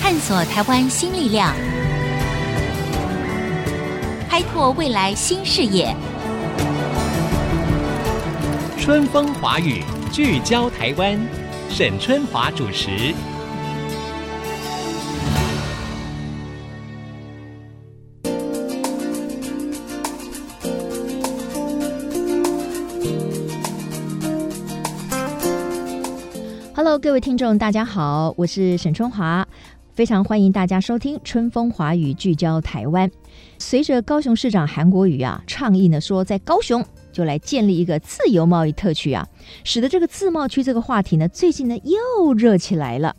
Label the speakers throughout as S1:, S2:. S1: 探索台湾新力量，开拓未来新视野。
S2: 春风华语聚焦台湾，沈春华主持。
S3: Hello，各位听众，大家好，我是沈春华，非常欢迎大家收听《春风华语》，聚焦台湾。随着高雄市长韩国瑜啊倡议呢，说在高雄就来建立一个自由贸易特区啊，使得这个自贸区这个话题呢，最近呢又热起来了。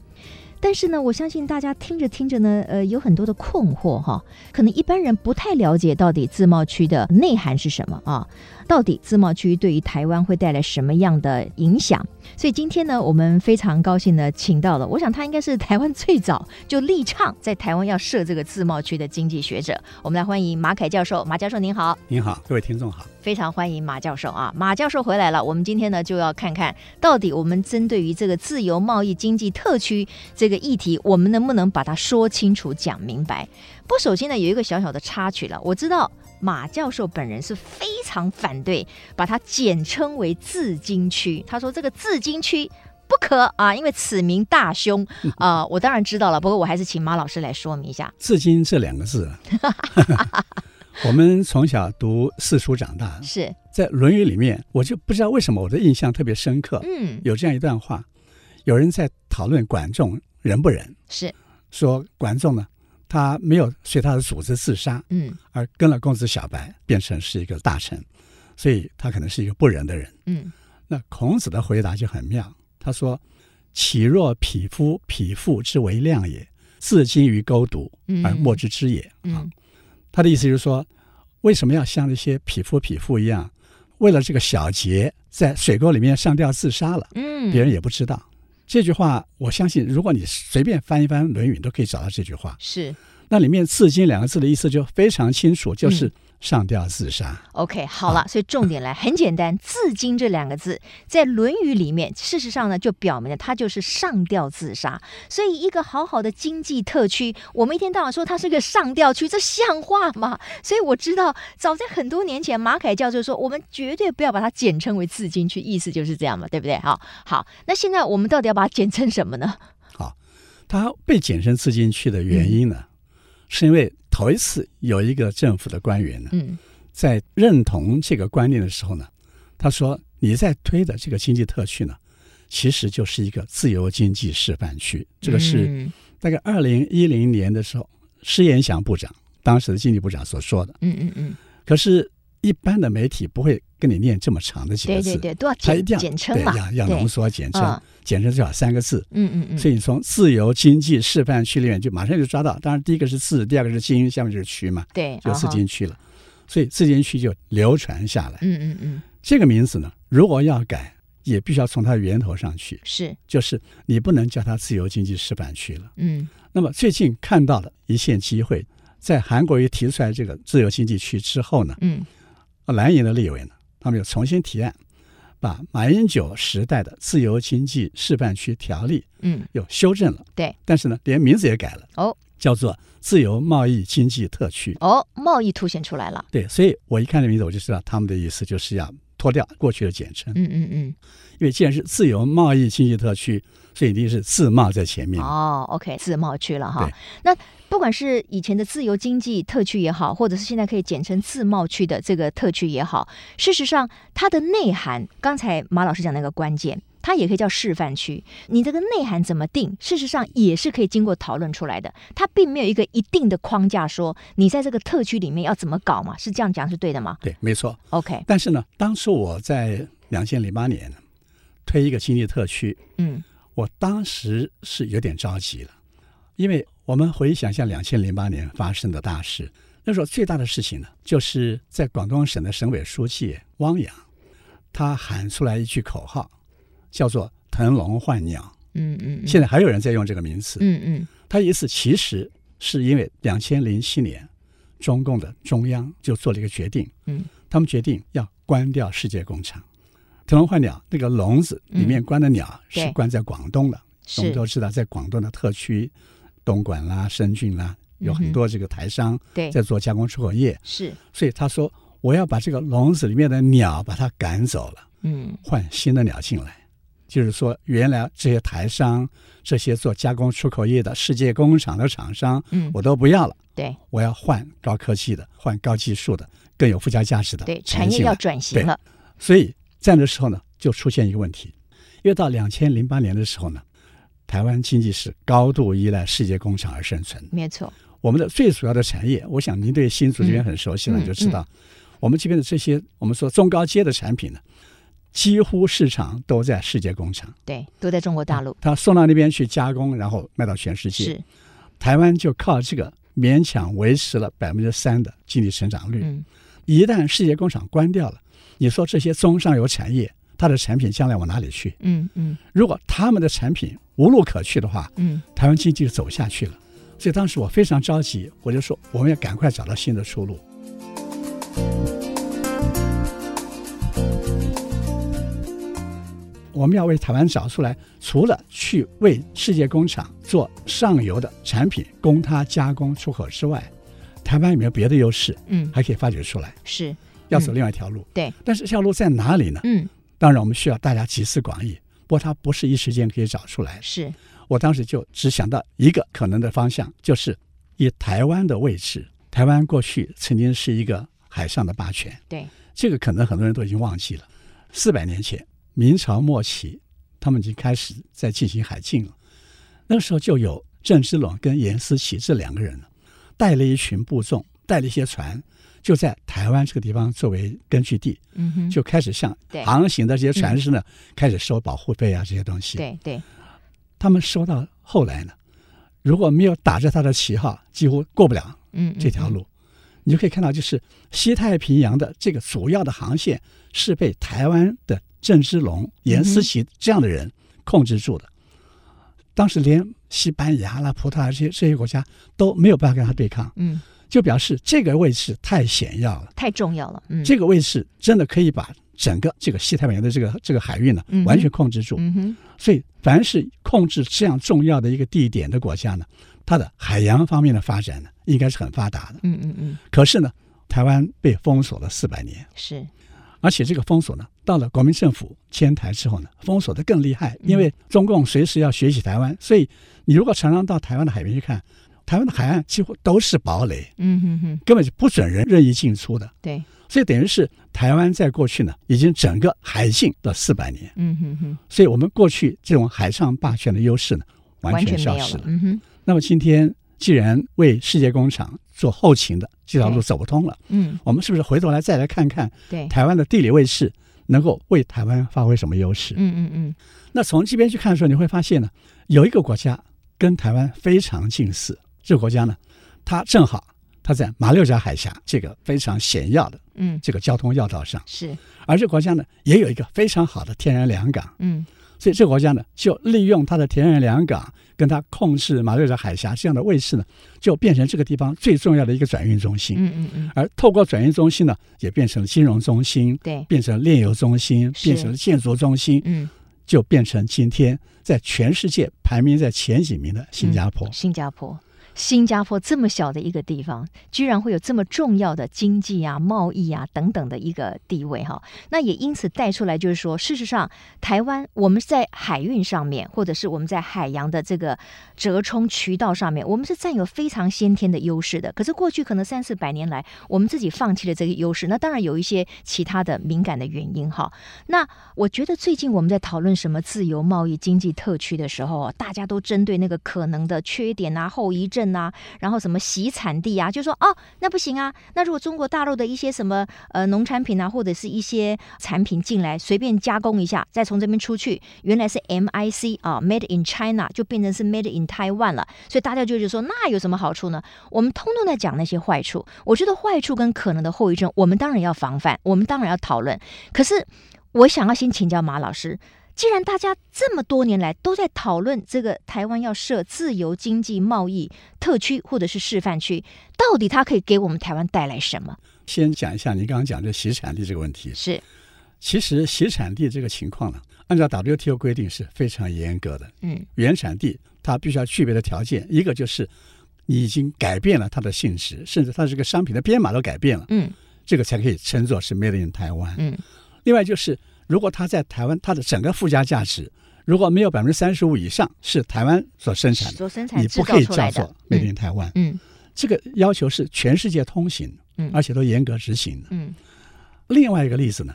S3: 但是呢，我相信大家听着听着呢，呃，有很多的困惑哈、可能一般人不太了解到底自贸区的内涵是什么啊，到底自贸区对于台湾会带来什么样的影响？所以今天呢，我们非常高兴的请到了，我想他应该是台湾最早就力倡在台湾要设这个自贸区的经济学者，我们来欢迎马凯教授。马教授您好。
S4: 您好，各位听众好。
S3: 非常欢迎马教授啊！马教授回来了，我们今天呢就要看看到底我们针对于这个自由贸易经济特区这个议题，我们能不能把它说清楚、讲明白？不过首先呢有一个小小的插曲了，我知道马教授本人是非常反对把它简称为自经区，他说这个自经区。不可啊，因为此名大凶啊、我当然知道了，不过我还是请马老师来说明一下。
S4: 至今这两个字啊， 我们从小读四书长大，
S3: 是，
S4: 在《论语》里面，我就不知道为什么我的印象特别深刻。
S3: 嗯，
S4: 有这样一段话，有人在讨论管仲仁不仁，
S3: 是，
S4: 说管仲呢，他没有随他的组织自杀，
S3: 嗯
S4: 而跟了公子小白，变成是一个大臣，所以他可能是一个不仁的人。
S3: 嗯，
S4: 那孔子的回答就很妙，他说：“岂若匹夫，匹夫之为量也；自矜于勾读
S3: 嗯，
S4: 而莫之知也。啊
S3: 嗯，
S4: 他的意思就是说，为什么要像那些匹夫匹妇一样，为了这个小节在水沟里面上吊自杀了，
S3: 嗯，
S4: 别人也不知道。这句话，我相信，如果你随便翻一翻《论语》，你都可以找到这句话。
S3: 是。
S4: 那里面“自矜”两个字的意思就非常清楚，
S3: 嗯
S4: 就是上吊自杀。
S3: OK，好了，所以重点来，很简单，“自矜”这两个字在《论语》里面，事实上呢，就表明了它就是上吊自杀。所以，一个好好的经济特区，我们一天到晚说它是个上吊区，这像话吗？所以我知道，早在很多年前，马凯教授说，我们绝对不要把它简称为“自矜区”，意思就是这样嘛，对不对？好，好，那现在我们到底要把它简称什么呢？
S4: 它被简称自禁区的原因
S3: 嗯
S4: 呢，是因为头一次有一个政府的官员呢，
S3: 嗯
S4: 在认同这个观念的时候呢，他说：“你在推的这个经济特区呢，其实就是一个自由经济示范区。”这个是
S3: 嗯
S4: 大概二零一零年的时候，施延祥部长当时的经济部长所说的。
S3: 嗯嗯嗯，
S4: 可是，一般的媒体不会跟你念这么长的几
S3: 对
S4: 个
S3: 对
S4: 字，
S3: 对，都要
S4: 他一
S3: 简
S4: 定要
S3: 简称嘛
S4: 对，要要
S3: 对
S4: 浓缩简
S3: 嗯
S4: 称，简称最好三个字。
S3: 嗯嗯嗯，
S4: 所以你从自由经济示范区里面就马上就抓到，当然第一个是自，第二个是经，下面就是区嘛，
S3: 对，
S4: 就
S3: 啊
S4: 自
S3: 哈
S4: 经区了。所以自经区就流传下来。
S3: 嗯嗯嗯，
S4: 这个名字呢，如果要改，也必须要从它源头上去，
S3: 是，
S4: 就是你不能叫它自由经济示范区了。
S3: 嗯
S4: 那么最近看到了一线机会，在韩国瑜提出来这个自由经济区之后呢，
S3: 嗯
S4: 蓝营的立委呢，他们又重新提案，把马英九时代的自由经济示范区条例
S3: 嗯，
S4: 又修正了，
S3: 对，
S4: 但是呢，连名字也改了，
S3: 哦，
S4: 叫做自由贸易经济特区。
S3: 哦，贸易凸显出来了，
S4: 对，所以我一看这名字，我就知道他们的意思就是要脱掉过去的简称，
S3: 嗯嗯嗯，
S4: 因为既然是自由贸易经济特区，所以一定是自贸在前面。
S3: 哦，OK，自贸区了哈
S4: 对。
S3: 那不管是以前的自由经济特区也好，或者是现在可以简称自贸区的这个特区也好，事实上它的内涵，刚才马老师讲那个关键。它也可以叫示范区，你这个内涵怎么定？事实上也是可以经过讨论出来的。它并没有一个一定的框架说你在这个特区里面要怎么搞嘛，是这样讲是对的吗
S4: 对，没错。
S3: ？OK，
S4: 但是呢，当初我在两千零八年推一个经济特区，
S3: 嗯
S4: 我当时是有点着急了，因为我们回想一下两千零八年发生的大事，那时候最大的事情呢，就是在广东省的省委书记汪洋，他喊出来一句口号，叫做“腾笼换鸟
S3: 嗯嗯”，嗯
S4: 现在还有人在用这个名词。
S3: 嗯嗯
S4: 他意思其实是因为两千零七年，中共的中央就做了一个决定，
S3: 嗯，
S4: 他们决定要关掉世界工厂。腾笼换鸟，那个笼子里面关的鸟
S3: 嗯对
S4: 是关在广东的，我
S3: 是
S4: 们都知道，在广东的特区东莞啦、深圳啦，有
S3: 嗯
S4: 很
S3: 哼
S4: 多这个台商
S3: 对，
S4: 在做加工出口业，
S3: 是，
S4: 所以他说我要把这个笼子里面的鸟把它赶走了，
S3: 嗯
S4: 换新的鸟进来。就是说，原来这些台商、这些做加工出口业的世界工厂的厂商，
S3: 嗯，
S4: 我都不要了，
S3: 对
S4: 我要换高科技的、换高技术的、更有附加价值的
S3: 对，
S4: 产
S3: 产业
S4: 进
S3: 要
S4: 来
S3: 转型
S4: 对
S3: 了，
S4: 所以在那时候呢，就出现一个问题，因为到两千零八年的时候呢，台湾经济是高度依赖世界工厂而生存的。
S3: 没错，
S4: 我们的最主要的产业，我想您对新竹这边很熟悉
S3: 嗯
S4: 了，你就知道，我们这边的这些我们说中高阶的产品呢，几乎市场都在世界工厂，
S3: 对，都在中国大陆，
S4: 它送到那边去加工，然后卖到全世界。
S3: 是，
S4: 台湾就靠这个勉强维持了百分之三的经济成长率。
S3: 嗯，
S4: 一旦世界工厂关掉了，你说这些中上游产业，它的产品将来往哪里去？
S3: 嗯嗯
S4: 如果他们的产品无路可去的话，
S3: 嗯，
S4: 台湾经济就走下去了。所以当时我非常着急，我就说我们要赶快找到新的出路。我们要为台湾找出来，除了去为世界工厂做上游的产品供它加工出口之外，台湾有没有别的优势，
S3: 嗯
S4: 还可以发掘出来？
S3: 是，
S4: 要走另外一条路。
S3: 嗯对，
S4: 但是这条路在哪里呢？
S3: 嗯
S4: 当然，我们需要大家集思广益。不过它不是一时间可以找出来的。
S3: 是，
S4: 我当时就只想到一个可能的方向，就是以台湾的位置，台湾过去曾经是一个海上的霸权，
S3: 对，
S4: 这个可能很多人都已经忘记了。四百年前，明朝末期，他们已经开始在进行海禁了。那个时候就有郑芝龙跟严思齐这两个人呢，带了一群部众，带了一些船，就在台湾这个地方作为根据地，
S3: 嗯哼，
S4: 就开始向
S3: 对嗯
S4: 航行的这些船只呢，开始收保护费啊这些东西。
S3: 对对，
S4: 他们收到后来呢，如果没有打着他的旗号，几乎过不了
S3: 嗯，
S4: 这条路。你就可以看到，就是西太平洋的这个主要的航线是被台湾的郑芝龙、严
S3: 嗯
S4: 思齐这样的人控制住的。当时连西班牙啦、葡萄牙这些这些国家都没有办法跟他对抗，
S3: 嗯，嗯，
S4: 就表示这个位置太险要了。
S3: 太重要了，嗯，
S4: 这个位置真的可以把整个这个西太平洋的这个这个海域呢
S3: 嗯哼
S4: 完全控制住。
S3: 嗯哼，
S4: 所以，凡是控制这样重要的一个地点的国家呢，它的海洋方面的发展呢，应该是很发达的。
S3: 嗯嗯嗯，
S4: 可是呢，台湾被封锁了四百年，
S3: 是，
S4: 而且这个封锁呢，到了国民政府迁台之后呢，封锁的更厉害，
S3: 嗯
S4: 因为中共随时要学习台湾，所以你如果常常到台湾的海边去看，台湾的海岸几乎都是堡垒，
S3: 嗯哼哼，
S4: 根本就不准人任意进出的。
S3: 对，
S4: 所以等于是台湾在过去呢，已经整个海禁了四百年。
S3: 嗯哼哼，
S4: 所以我们过去这种海上霸权的优势呢，完
S3: 完
S4: 全
S3: 全
S4: 消
S3: 没有
S4: 失
S3: 了
S4: 了，。
S3: 嗯哼，
S4: 那么今天既然为世界工厂做后勤的这条路走不通了，
S3: 嗯，
S4: 我们是不是回头来再来看看
S3: 对，
S4: 台湾的地理位置能够为台湾发挥什么优势？
S3: 嗯嗯嗯，
S4: 那从这边去看的时候，你会发现呢，有一个国家跟台湾非常近似，这个国家呢，它正好它在马六甲海峡这个非常险要的
S3: 嗯，
S4: 这个交通要道上，
S3: 是，
S4: 而这个国家呢也有一个非常好的天然良港。
S3: 嗯
S4: 所以这个国家呢，就利用它的田园良港跟它控制马六甲海峡这样的位置呢，就变成这个地方最重要的一个转运中心。
S3: 嗯嗯嗯，
S4: 而透过转运中心呢，也变成了金融中心，
S3: 对，
S4: 变成了炼油中心，
S3: 是
S4: 变成了建筑中心，
S3: 嗯，
S4: 就变成今天在全世界排名在前几名的新加坡。
S3: 嗯新加坡。新加坡这么小的一个地方，居然会有这么重要的经济啊、贸易啊等等的一个地位哈，那也因此带出来，就是说，事实上，台湾我们在海运上面，或者是我们在海洋的这个折冲渠道上面，我们是占有非常先天的优势的。可是过去可能三四百年来，我们自己放弃了这个优势，那当然有一些其他的敏感的原因哈。那我觉得最近我们在讨论什么自由贸易经济特区的时候，大家都针对那个可能的缺点啊、后遗症啊，然后什么洗产地啊，就说哦，那不行啊。那如果中国大陆的一些什么呃农产品啊，或者是一些产品进来，随便加工一下，再从这边出去，原来是 MIC 啊，Made in China 就变成是 Made in Taiwan 了。所以大家就觉得说，那有什么好处呢？我们通通在讲那些坏处。我觉得坏处跟可能的后遗症，我们当然要防范，我们当然要讨论。可是我想要先请教马老师，既然大家这么多年来都在讨论这个台湾要设自由经济贸易特区或者是示范区，到底它可以给我们台湾带来什么？
S4: 先讲一下您刚刚讲这洗产地这个问题。
S3: 是，
S4: 其实洗产地这个情况呢，按照 WTO 规定是非常严格的，
S3: 嗯，
S4: 原产地它必须要具备的条件，一个就是你已经改变了它的性质，甚至它这个商品的编码都改变了，
S3: 嗯
S4: 这个才可以称作是 Made in 台湾。
S3: 嗯
S4: 另外就是，如果它在台湾，它的整个附加价值如果没有百分之三十五以上是台湾所生产的，
S3: 所生产
S4: 你
S3: 制
S4: 不
S3: 造
S4: 可以
S3: 出来
S4: 叫
S3: 的
S4: 做，
S3: 嗯
S4: Made in 台湾。
S3: 嗯
S4: 这个要求是全世界通行，
S3: 嗯
S4: 而且都严格执行的。
S3: 嗯
S4: 另外一个例子呢，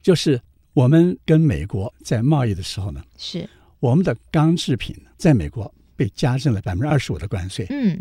S4: 就是我们跟美国在贸易的时候呢，
S3: 是
S4: 我们的钢制品在美国被加征了百分之二十五的关税，
S3: 嗯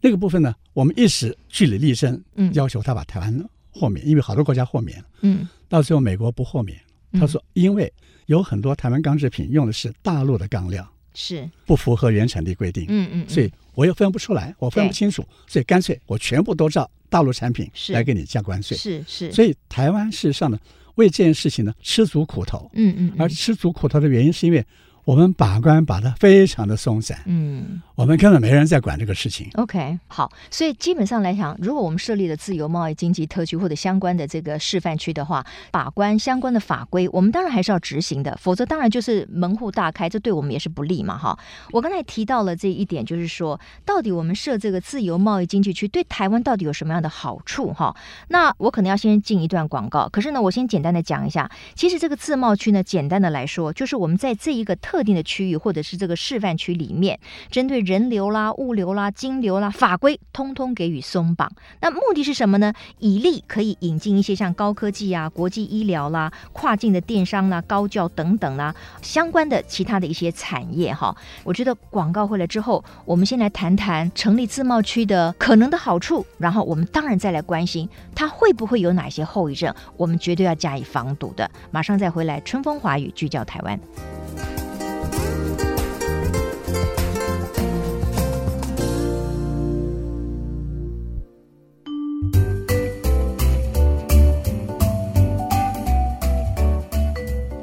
S4: 那个部分呢，我们一直据理力争，
S3: 嗯
S4: 要求他把台湾豁免，因为好多国家豁免，
S3: 嗯
S4: 到最后美国不豁免，
S3: 嗯
S4: 他说因为有很多台湾钢制品用的是大陆的钢料，
S3: 是
S4: 不符合原产地规定，
S3: 嗯嗯，
S4: 所以我又分不出来，我分不
S3: 对
S4: 清楚，所以干脆我全部都照大陆产品
S3: 是
S4: 来给你加关
S3: 嗯
S4: 税。
S3: 是是，以
S4: 所以台湾事实上呢，为这件事情呢吃足苦头，
S3: 嗯嗯嗯
S4: 而吃足苦头的原因是因为我们把关把得非常的松散，
S3: 嗯
S4: 我们根本没人在管这个事情。
S3: OK 好，所以基本上来讲，如果我们设立了自由贸易经济特区或者相关的这个示范区的话，把关相关的法规，我们当然还是要执行的，否则当然就是门户大开，这对我们也是不利嘛哈。我刚才提到了这一点，就是说，到底我们设这个自由贸易经济区对台湾到底有什么样的好处哈？那我可能要先进一段广告，可是呢，我先简单的讲一下，其实这个自贸区呢，简单的来说，就是我们在这一个特定的区域或者是这个示范区里面，针对人流啦、物流啦、金流啦，法规通通给予松绑。那目的是什么呢？以利可以引进一些像高科技啊、国际医疗啦、跨境的电商啦、高教等等啦相关的其他的一些产业哈。我觉得广告回来之后，我们先来谈谈成立自贸区的可能的好处，然后我们当然再来关心它会不会有哪些后遗症，我们绝对要加以防堵的。马上再回来，春风华语聚焦台湾。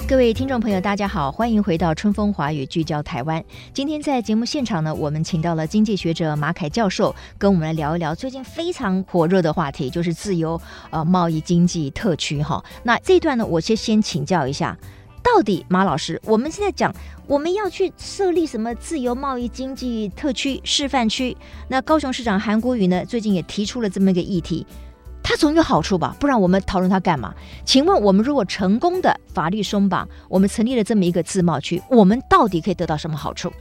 S3: 各位听众朋友，大家好，欢迎回到春风华语聚焦台湾。今天在节目现场呢，我们请到了经济学者马凯教授，跟我们来聊一聊最近非常火热的话题，就是自由呃贸易经济特区哈。那这一段呢，我先先请教一下，到底马老师，我们现在讲我们要去设立什么自由贸易经济特区示范区？那高雄市长韩国瑜呢，最近也提出了这么一个议题，它总有好处吧？不然我们讨论它干嘛？请问我们如果成功的法律松绑，我们成立了这么一个自贸区，我们到底可以得到什么好处？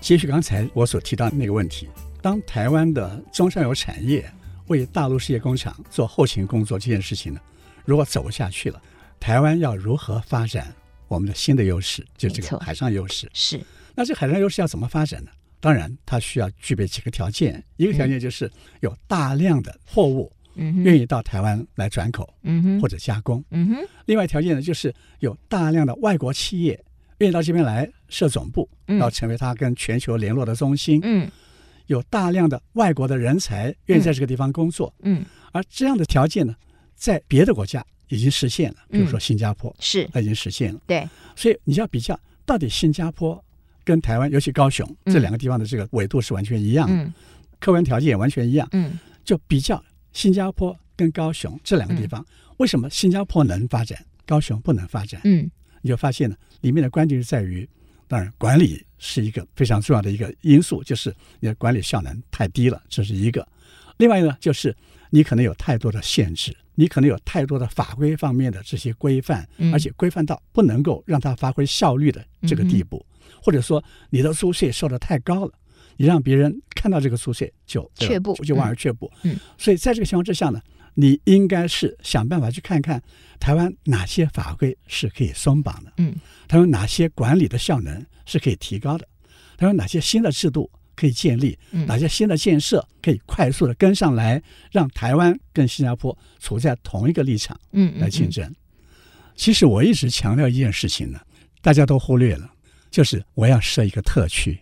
S4: 接续刚才我所提到的那个问题，当台湾的中上游产业为大陆事业工厂做后勤工作这件事情呢，如果走不下去了，台湾要如何发展我们的新的优势，就这
S3: 没错
S4: 个海上优势？
S3: 是，
S4: 那这海上优势要怎么发展呢？当然，它需要具备几个条件，一个条件就是有大量的货物
S3: 嗯哼，
S4: 愿意到台湾来转口
S3: 嗯哼，
S4: 或者加工；
S3: 嗯哼，
S4: 另外条件呢，就是有大量的外国企业愿意到这边来设总部，
S3: 嗯
S4: 要成为它跟全球联络的中心。
S3: 嗯
S4: 有大量的外国的人才愿意在这个地方工作，
S3: 嗯，
S4: 而这样的条件呢，在别的国家已经实现了，
S3: 嗯
S4: 比如说新加坡，
S3: 是
S4: 它已经实现了。
S3: 对，
S4: 所以你要比较到底新加坡跟台湾，尤其高雄
S3: 嗯
S4: 这两个地方的这个纬度是完全一样的，
S3: 嗯
S4: 客观条件也完全一样，
S3: 嗯
S4: 就比较新加坡跟高雄这两个地方，为什么新加坡能发展，高雄不能发展？
S3: 嗯
S4: 你就发现呢，里面的关键是在于，当然管理是一个非常重要的一个因素，就是你的管理效能太低了，这是一个。另外呢，就是你可能有太多的限制，你可能有太多的法规方面的这些规范，
S3: 嗯
S4: 而且规范到不能够让它发挥效率的这个地步，或者说你的租税收的太高了。你让别人看到这个租税就
S3: 却步
S4: 就就望而却步。
S3: 嗯嗯
S4: 所以在这个情况之下呢，你应该是想办法去看看台湾哪些法规是可以松绑的，
S3: 嗯，
S4: 台湾哪些管理的效能是可以提高的，台湾哪些新的制度可以建立，
S3: 嗯
S4: 哪些新的建设可以快速的跟上来，让台湾跟新加坡处在同一个立场
S3: 嗯
S4: 来竞争。其实我一直强调一件事情呢，大家都忽略了，就是我要设一个特区。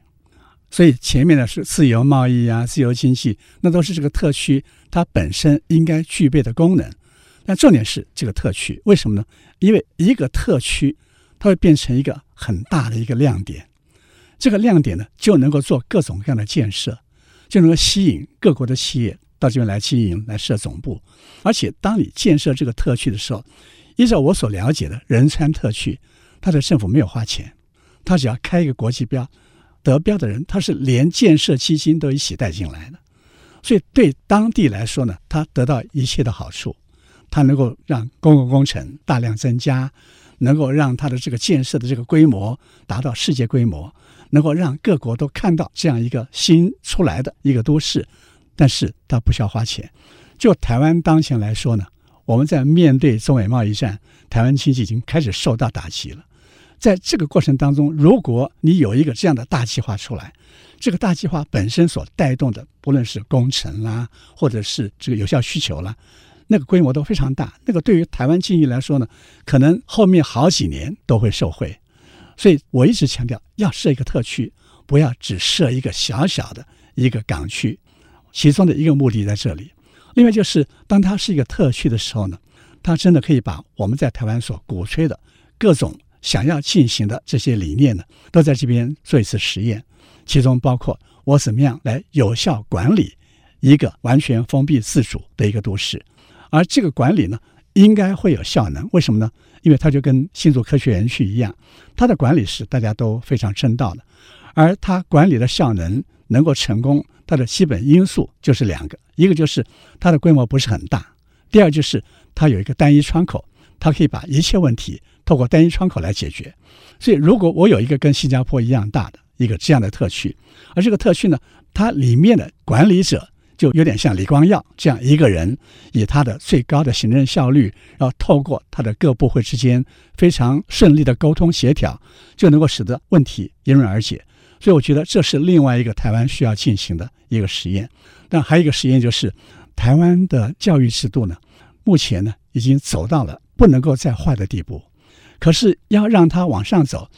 S4: 所以前面呢是自由贸易啊、自由经济，那都是这个特区它本身应该具备的功能。但重点是这个特区，为什么呢？因为一个特区它会变成一个很大的一个亮点，这个亮点呢就能够做各种各样的建设，就能够吸引各国的企业到这边来经营、来设总部。而且当你建设这个特区的时候，依照我所了解的仁川特区，它的政府没有花钱，它只要开一个国际标，得标的人，他是连建设基金都一起带进来的，所以对当地来说呢，他得到一切的好处，他能够让公共工程大量增加，能够让他的这个建设的这个规模达到世界规模，能够让各国都看到这样一个新出来的一个都市，但是他不需要花钱。就台湾当前来说呢，我们在面对中美贸易战，台湾经济已经开始受到打击了。在这个过程当中，如果你有一个这样的大计划出来，这个大计划本身所带动的，不论是工程啦，或者是这个有效需求啦，那个规模都非常大。那个对于台湾经济来说呢，可能后面好几年都会受惠。所以我一直强调，要设一个特区，不要只设一个小小的一个港区。其中的一个目的在这里。另外就是，当它是一个特区的时候呢，它真的可以把我们在台湾所鼓吹的各种想要进行的这些理念呢，都在这边做一次实验。其中包括我怎么样来有效管理一个完全封闭自主的一个都市，而这个管理呢，应该会有效能。为什么呢？因为它就跟新竹科学园区一样，它的管理是大家都非常称道的，而它管理的效能能够成功。它的基本因素就是两个，一个就是它的规模不是很大，第二就是它有一个单一窗口，它可以把一切问题透过单一窗口来解决。所以，如果我有一个跟新加坡一样大的一个这样的特区，而这个特区呢，它里面的管理者就有点像李光耀这样一个人，以他的最高的行政效率，然后透过他的各部会之间非常顺利的沟通协调，就能够使得问题迎刃而解。所以我觉得这是另外一个台湾需要进行的一个实验。那还有一个实验就是，台湾的教育制度呢，目前呢已经走到了不能够再坏的地步。可是要让它往上走，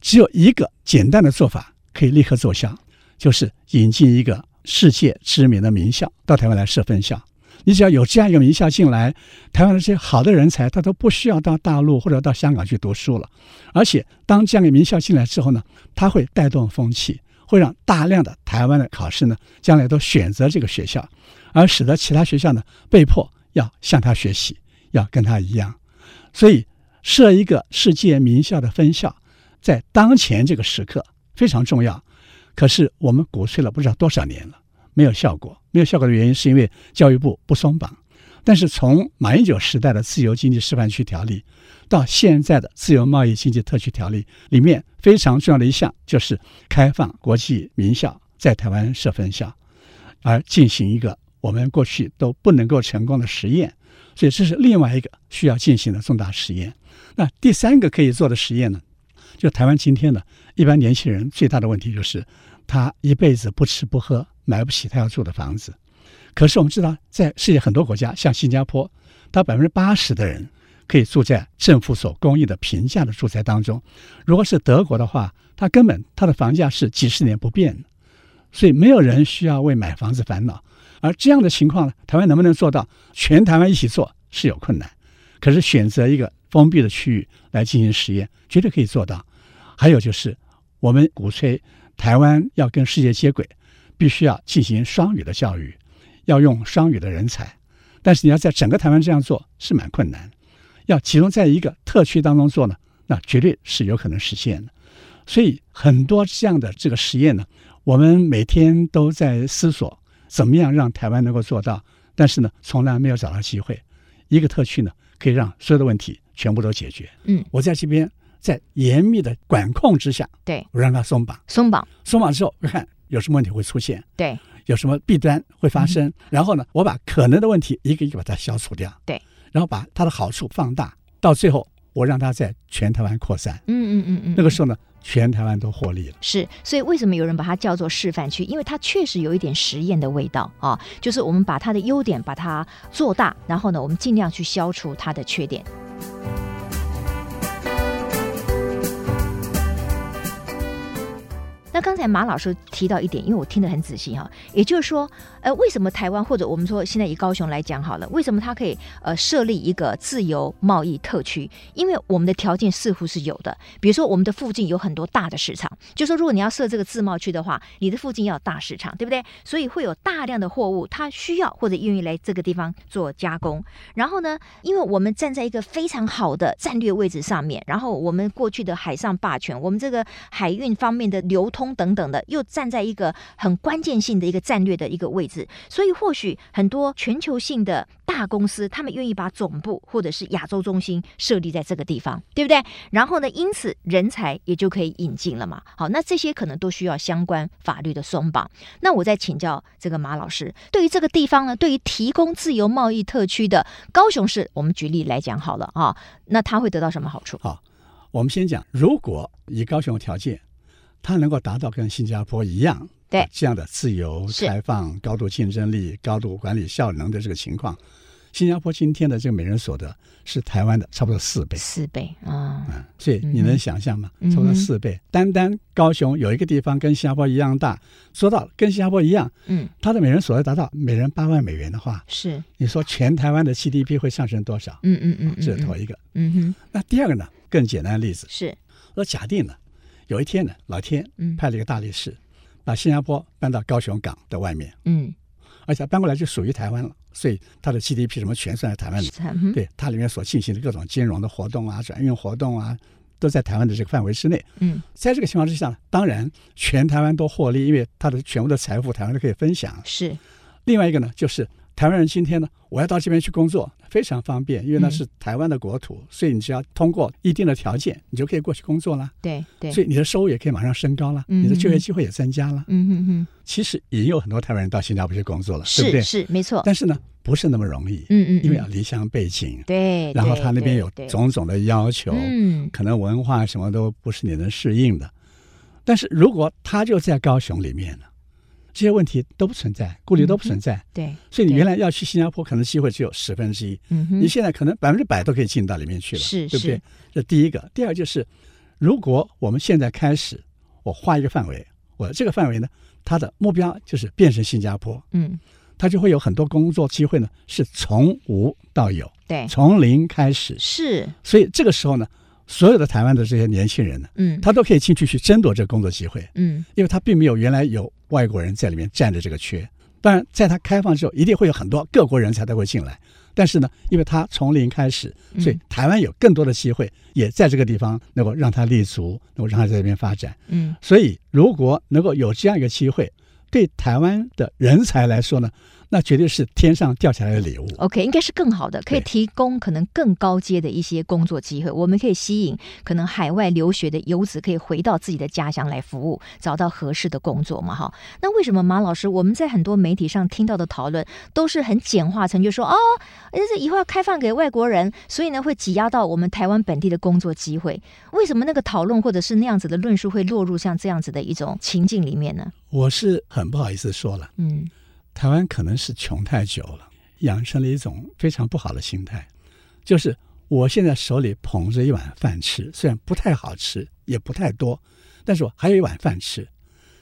S4: 只有一个简单的做法可以立刻奏效，就是引进一个世界知名的名校到台湾来设分校。你只要有这样一个名校进来，台湾的这些好的人才，他都不需要到大陆或者到香港去读书了。而且，当这样一个名校进来之后呢，它会带动风气，会让大量的台湾的考生呢，将来都选择这个学校，而使得其他学校呢，被迫要向他学习，要跟他一样。所以，设一个世界名校的分校，在当前这个时刻非常重要。可是，我们鼓吹了不知道多少年了。没有效果，没有效果的原因是因为教育部不松绑。但是从马英九时代的自由经济示范区条例，到现在的自由贸易经济特区条例里面，非常重要的一项就是开放国际名校在台湾设分校，而进行一个我们过去都不能够成功的实验。所以这是另外一个需要进行的重大实验。那第三个可以做的实验呢，就台湾今天呢，一般年轻人最大的问题就是他一辈子不吃不喝。买不起他要住的房子，可是我们知道，在世界很多国家，像新加坡，它百分之八十的人可以住在政府所供应的平价的住宅当中。如果是德国的话，它根本它的房价是几十年不变的，所以没有人需要为买房子烦恼。而这样的情况呢，台湾能不能做到？全台湾一起做是有困难，可是选择一个封闭的区域来进行实验，绝对可以做到。还有就是，我们鼓吹台湾要跟世界接轨。必须要进行双语的教育，要用双语的人才，但是你要在整个台湾这样做是蛮困难，要集中在一个特区当中做呢，那绝对是有可能实现的。所以很多这样的这个实验呢，我们每天都在思索怎么样让台湾能够做到，但是呢，从来没有找到机会。一个特区呢，可以让所有的问题全部都解决。
S3: 嗯，
S4: 我在这边在严密的管控之下，
S3: 对
S4: 我让它松绑，
S3: 松绑，
S4: 松绑之后看。有什么问题会出现？
S3: 对，
S4: 有什么弊端会发生？嗯、然后呢，我把可能的问题一个一个把它消除掉。
S3: 对，
S4: 然后把它的好处放大，到最后我让它在全台湾扩散。
S3: 嗯嗯嗯嗯。
S4: 那个时候呢，全台湾都获利了。
S3: 是，所以为什么有人把它叫做示范区？因为它确实有一点实验的味道啊，就是我们把它的优点把它做大，然后呢，我们尽量去消除它的缺点。那刚才马老师提到一点，因为我听得很仔细哈，也就是说，呃，为什么台湾或者我们说现在以高雄来讲好了，为什么它可以呃设立一个自由贸易特区？因为我们的条件似乎是有的，比如说我们的附近有很多大的市场，就说如果你要设这个自贸区的话，你的附近要有大市场，对不对？所以会有大量的货物，它需要或者愿意来这个地方做加工。然后呢，因为我们站在一个非常好的战略位置上面，然后我们过去的海上霸权，我们这个海运方面的流通。通等等的，又站在一个很关键性的一个战略的一个位置，所以或许很多全球性的大公司，他们愿意把总部或者是亚洲中心设立在这个地方，对不对？然后呢，因此人才也就可以引进了嘛。好，那这些可能都需要相关法律的松绑。那我再请教这个马老师，对于这个地方呢，对于提供自由贸易特区的高雄市，我们举例来讲好了啊，那他会得到什么好处？
S4: 好，我们先讲，如果以高雄的条件，它能够达到跟新加坡一样，
S3: 对
S4: 啊这样的自由、
S3: 是
S4: 开放、高度竞争力、高度管理效能的这个情况，新加坡今天的这个每人所得是台湾的差不多四倍。
S3: 四倍啊、
S4: 嗯，所以你
S3: 嗯哼
S4: 能想象吗？
S3: 嗯哼
S4: 差不多四倍。单单高雄有一个地方跟新加坡一样大，说到跟新加坡一样，
S3: 嗯，
S4: 它的每人所得达到每人八万美元的话，
S3: 是，
S4: 你说全台湾的 GDP 会上升多少？
S3: 嗯嗯嗯，嗯
S4: 这是头，一个。
S3: 嗯哼，
S4: 那第二个呢？更简单的例子，
S3: 是，
S4: 说假定呢，有一天呢，老天
S3: 嗯
S4: 派了一个大力士，把新加坡搬到高雄港的外面，
S3: 嗯，
S4: 而且搬过来就属于台湾了，所以它的 GDP 什么全算在台湾里
S3: 是。嗯哼，
S4: 对它里面所进行的各种金融的活动啊、转运活动啊，都在台湾的这个范围之内。
S3: 嗯，
S4: 在这个情况之下呢，当然全台湾都获利，因为它的全部的财富台湾都可以分享。
S3: 是，
S4: 另外一个呢，就是台湾人今天呢，我要到这边去工作非常方便，因为那
S3: 嗯
S4: 是台湾的国土，所以你只要通过一定的条件，你就可以过去工作啦。
S3: 对对，
S4: 所以你的收入也可以马上升高了，
S3: 嗯
S4: 你的就业机会也增加了。
S3: 嗯哼哼，
S4: 其实也有很多台湾人到新加坡去工作了，对不
S3: 是
S4: 对？
S3: 是没错，
S4: 但是呢，不是那么容易，
S3: 嗯嗯，
S4: 因为
S3: 嗯
S4: 要离乡背景，
S3: 对，
S4: 然后
S3: 对
S4: 他那边有
S3: 对对
S4: 种种的要求，
S3: 嗯
S4: 可能文化什么都不是你能适应的。但是如果他就在高雄里面呢，这些问题都不存在，顾虑都不存在，
S3: 对，
S4: 所以你
S3: 嗯对
S4: 原来要去新加坡，可能机会只有十分之一，
S3: 嗯哼
S4: 你，现在可能百分之百都可以进到里面去了，
S3: 是
S4: 对不对
S3: 是？
S4: 这第一个，第二就是，如果我们现在开始，我画一个范围，我这个范围呢，它的目标就是变成新加坡，
S3: 嗯
S4: 它就会有很多工作机会呢，是从无到有，
S3: 对，
S4: 从零开始。
S3: 哎是
S4: 所以这个时候呢，所有的台湾的这些年轻人呢，
S3: 嗯
S4: 他都可以进去去争夺这个工作机会，
S3: 嗯
S4: 因为他并没有原来有外国人在里面占着这个缺。当然，在它开放之后，一定会有很多各国人才都会进来。但是呢，因为它从零开始，
S3: 嗯
S4: 所以台湾有更多的机会，也在这个地方能够让它立足，能够让它在这边发展。
S3: 嗯
S4: 所以，如果能够有这样一个机会，对台湾的人才来说呢，那绝对是天上掉下来的礼物。
S3: OK，应该是更好的，可以
S4: 对
S3: 提供可能更高阶的一些工作机会。我们可以吸引可能海外留学的游子，可以回到自己的家乡来服务，找到合适的工作嘛？哈，那为什么马老师我们在很多媒体上听到的讨论都是很简化成就说哦，这以后要开放给外国人，所以呢会挤压到我们台湾本地的工作机会？为什么那个讨论或者是那样子的论述会落入像这样子的一种情境里面呢？
S4: 我是很不好意思说了，
S3: 嗯
S4: 台湾可能是穷太久了，养成了一种非常不好的心态，就是我现在手里捧着一碗饭吃，虽然不太好吃，也不太多，但是我还有一碗饭吃。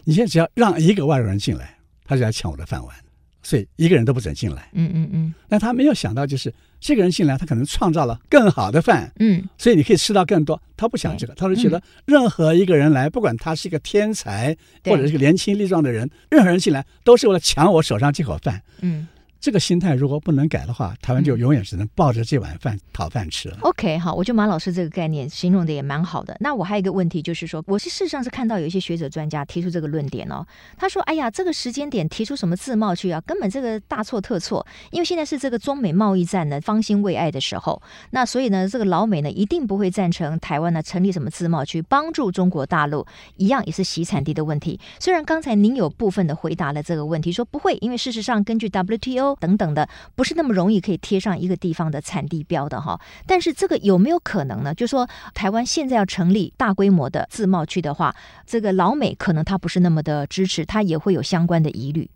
S4: 你现在只要让一个外国人进来，他就来抢我的饭碗，所以一个人都不准进来。
S3: 嗯嗯嗯
S4: 但他没有想到，就是这个人进来，他可能创造了更好的饭，
S3: 嗯，
S4: 所以你可以吃到更多。他不想这个，他就觉得任何一个人来，不管他是一个天才
S3: 对
S4: 或者是个年轻力壮的人，任何人进来都是为了抢我手上这口饭。
S3: 嗯。
S4: 这个心态如果不能改的话，台湾就
S3: 嗯
S4: 永远只能抱着这碗饭讨饭吃了。
S3: OK，好，我觉得马老师这个概念形容的也蛮好的。那我还有一个问题，就是说，我是事实上是看到有一些学者专家提出这个论点哦，他说：“哎呀，这个时间点提出什么自贸区啊，根本这个大错特错，因为现在是这个中美贸易战呢方兴未艾的时候，那所以呢，这个老美呢一定不会赞成台湾呢成立什么自贸区，帮助中国大陆，一样也是洗产地的问题。虽然刚才您有部分的回答了这个问题，说不会，因为事实上根据 WTO 等等的，不是那么容易可以贴上一个地方的产地标的哈。但是这个有没有可能呢？就说台湾现在要成立大规模的自贸区的话，这个老美可能他不是那么的支持，他也会有相关的疑虑。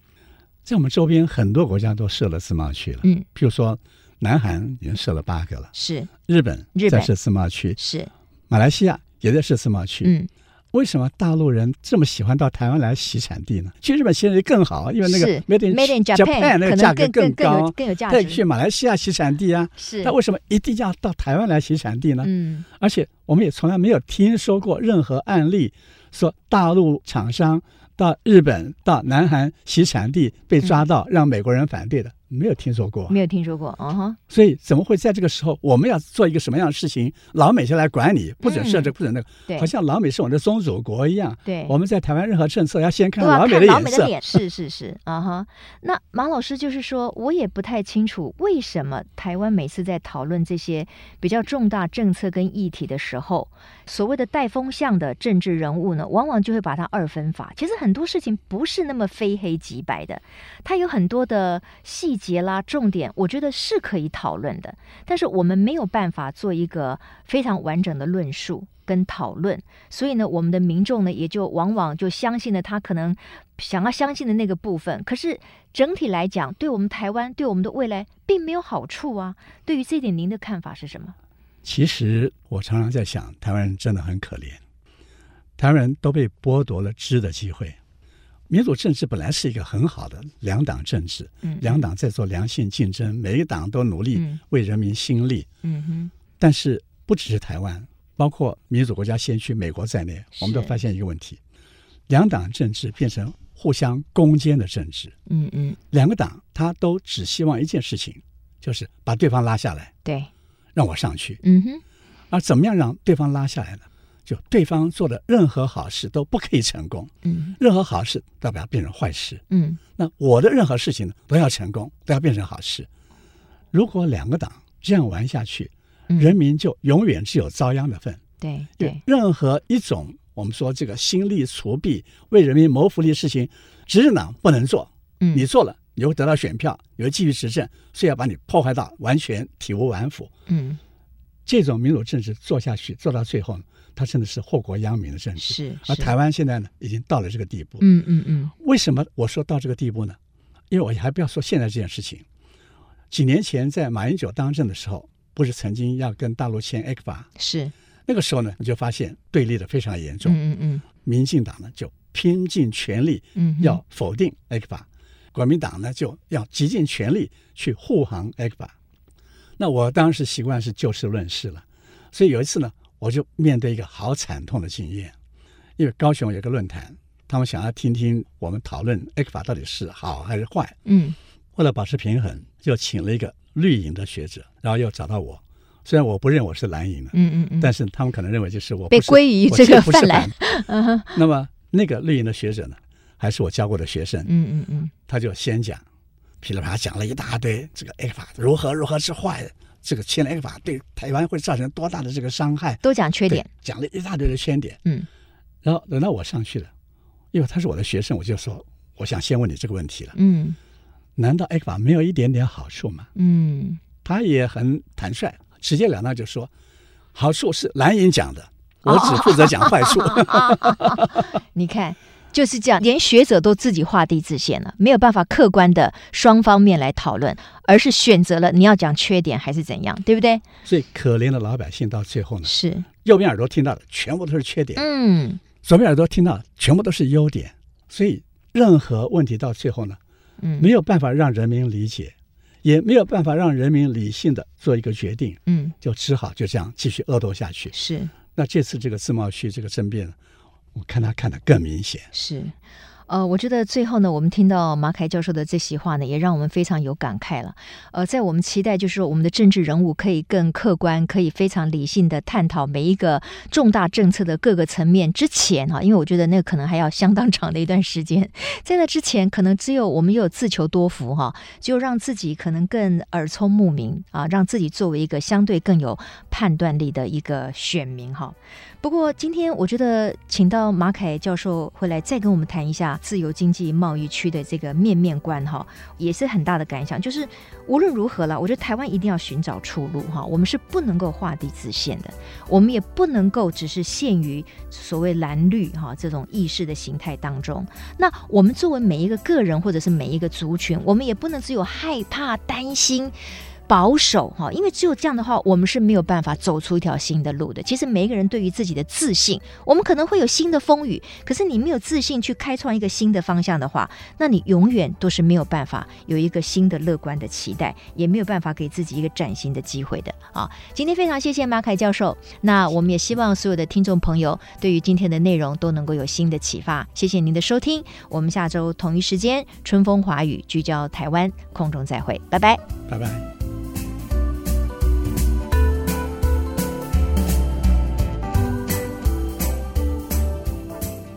S4: 在我们周边很多国家都设了自贸区了，
S3: 嗯，
S4: 譬如说南韩已经设了八个了，
S3: 是
S4: 日本
S3: 日本
S4: 在设自贸区，
S3: 是，
S4: 马来西亚也在设自贸区。
S3: 嗯，
S4: 为什么大陆人这么喜欢到台湾来洗产地呢？去日本洗产地更好，因为那个
S3: 是
S4: Made in
S3: Made in 可
S4: Japan 那个
S3: 能
S4: 价格
S3: 更更更有
S4: 高，
S3: 更有价
S4: 他也去
S3: 值。
S4: 马来西亚洗产地啊。
S3: 是
S4: 他，为什么一定要到台湾来洗产地呢？
S3: 嗯
S4: 而且我们也从来没有听说过任何案例，说大陆厂商到日本、到南韩洗产地被抓到，让美国人反对的，没有听说过，
S3: 没有听说过，嗯哼，
S4: 所以怎么会在这个时候我们要做一个什么样的事情？老美先来管你，不准设这，不准那个，
S3: 对
S4: 好像老美是我们的宗主国一样。
S3: 对，
S4: 我们在台湾任何政策要先看
S3: 都要
S4: 美
S3: 啊看
S4: 的
S3: 老
S4: 眼
S3: 美的
S4: 色，
S3: 脸，是是是，啊哈。那马老师就是说，我也不太清楚为什么台湾每次在讨论这些比较重大政策跟议题的时候，所谓的带风向的政治人物呢，往往就会把它二分法。其实很多事情不是那么非黑即白的，它有很多的细节啦、重点，我觉得是可以讨论的。但是我们没有办法做一个非常完整的论述跟讨论，所以呢，我们的民众呢也就往往就相信了他可能想要相信的那个部分。可是整体来讲，对我们台湾、对我们的未来并没有好处啊。对于这一点，您的看法是什么？
S4: 其实我常常在想，台湾人真的很可怜，台湾人都被剥夺了知的机会。民主政治本来是一个很好的两党政治，
S3: 嗯
S4: 两党在做良性竞争，每一党都努力
S3: 嗯
S4: 为人民心力。
S3: 嗯哼，
S4: 但是不只是台湾，包括民主国家先驱美国在内，我们都
S3: 是
S4: 发现一个问题：两党政治变成互相攻坚的政治。
S3: 嗯嗯，
S4: 两个党他都只希望一件事情，就是把对方拉下来，
S3: 对，
S4: 让我上去。
S3: 嗯哼，
S4: 而怎么样让对方拉下来呢？就对方做的任何好事都不可以成功，
S3: 嗯
S4: 任何好事都不要变成坏事。
S3: 嗯
S4: 那我的任何事情呢，都要成功，都要变成好事。如果两个党这样玩下去，
S3: 嗯
S4: 人民就永远只有遭殃的份。
S3: 对
S4: 因
S3: 对
S4: 为，任何一种我们说这个兴利除弊、为人民谋福利的事情，执政党不能做，
S3: 嗯
S4: 你做了，你会得到选票，你会继续执政，所以要把你破坏到完全体无完肤。
S3: 嗯
S4: 这种民主政治做下去，做到最后呢，它真的是祸国殃民的政治。
S3: 是
S4: 而
S3: 是，
S4: 啊台湾现在呢，已经到了这个地步。
S3: 嗯嗯嗯
S4: 为什么我说到这个地步呢？因为我还不要说现在这件事情。几年前在马英九当政的时候，不是曾经要跟大陆签 A 法，
S3: 是，
S4: 那个时候呢，你就发现对立的非常严重。
S3: 嗯嗯嗯
S4: 民进党呢就拼尽全力
S3: 嗯哼，
S4: 要否定 A 法，国民党呢就要极尽全力去护航 A 法。那我当时习惯是就事论事了，所以有一次呢，我就面对一个好惨痛的经验，因为高雄有个论坛，他们想要听听我们讨论 A 法到底是好还是坏。
S3: 嗯
S4: 为了保持平衡，就请了一个绿营的学者，然后又找到我。虽然我不认我是蓝营的，
S3: 嗯嗯嗯，
S4: 但是他们可能认为就是我
S3: 被
S4: 不是
S3: 归于
S4: 我
S3: 这
S4: 既
S3: 个嗯
S4: 不是
S3: 泛蓝
S4: 蓝那么那个绿营的学者呢，还是我教过的学生，
S3: 嗯嗯嗯
S4: 他就先讲，噼里啪啦讲了一大堆，这个 A 法如何如何是坏的，这个签了 A 法对台湾会造成多大的这个伤害，
S3: 都讲缺
S4: 对
S3: 点，
S4: 讲了一大堆的缺点。
S3: 嗯
S4: 然后等到我上去了，因为他是我的学生，我就说我想先问你这个问题了，
S3: 嗯
S4: 难道 A 法没有一点点好处吗？
S3: 嗯
S4: 他也很坦率，直截了当就说，好处是蓝营讲的，我只负责讲坏 处。
S3: 你看。就是这样，连学者都自己画地自限了，没有办法客观的双方面来讨论，而是选择了你要讲缺点还是怎样，对不对？
S4: 所以可怜的老百姓到最后呢，
S3: 是，
S4: 右边耳朵听到的全部都是缺点，
S3: 嗯
S4: 左边耳朵听到的全部都是优点。所以任何问题到最后呢，
S3: 嗯，
S4: 没
S3: 有，
S4: 有办法让人民理解，也没有办法让人民理性的做一个决定，
S3: 嗯，
S4: 就只好就这样继续恶斗下去。
S3: 是，
S4: 那这次这个自贸区这个政变呢，我看他看得更明显。
S3: 是。呃，我觉得最后呢，我们听到马凯教授的这席话呢，也让我们非常有感慨了。呃，在我们期待就是说我们的政治人物可以更客观，可以非常理性的探讨每一个重大政策的各个层面之前哈，因为我觉得那个可能还要相当长的一段时间，在那之前，可能只有我们有自求多福哈，只有让自己可能更耳聪目明啊，让自己作为一个相对更有判断力的一个选民哈。不过今天我觉得请到马凯教授回来再跟我们谈一下自由经济贸易区的这个面面观哈，也是很大的感想。就是无论如何啦，我觉得台湾一定要寻找出路哈，我们是不能够画地自限的，我们也不能够只是限于所谓蓝绿哈这种意识的形态当中。那我们作为每一个个人或者是每一个族群，我们也不能只有害怕、担心。保守哈，因为只有这样的话，我们是没有办法走出一条新的路的。其实每一个人对于自己的自信，我们可能会有新的风雨，可是你没有自信去开创一个新的方向的话，那你永远都是没有办法有一个新的乐观的期待，也没有办法给自己一个崭新的机会的啊。今天非常谢谢马凯教授，那我们也希望所有的听众朋友对于今天的内容都能够有新的启发。谢谢您的收听，我们下周同一时间春风华语聚焦台湾空中再会，拜拜。
S4: 拜拜。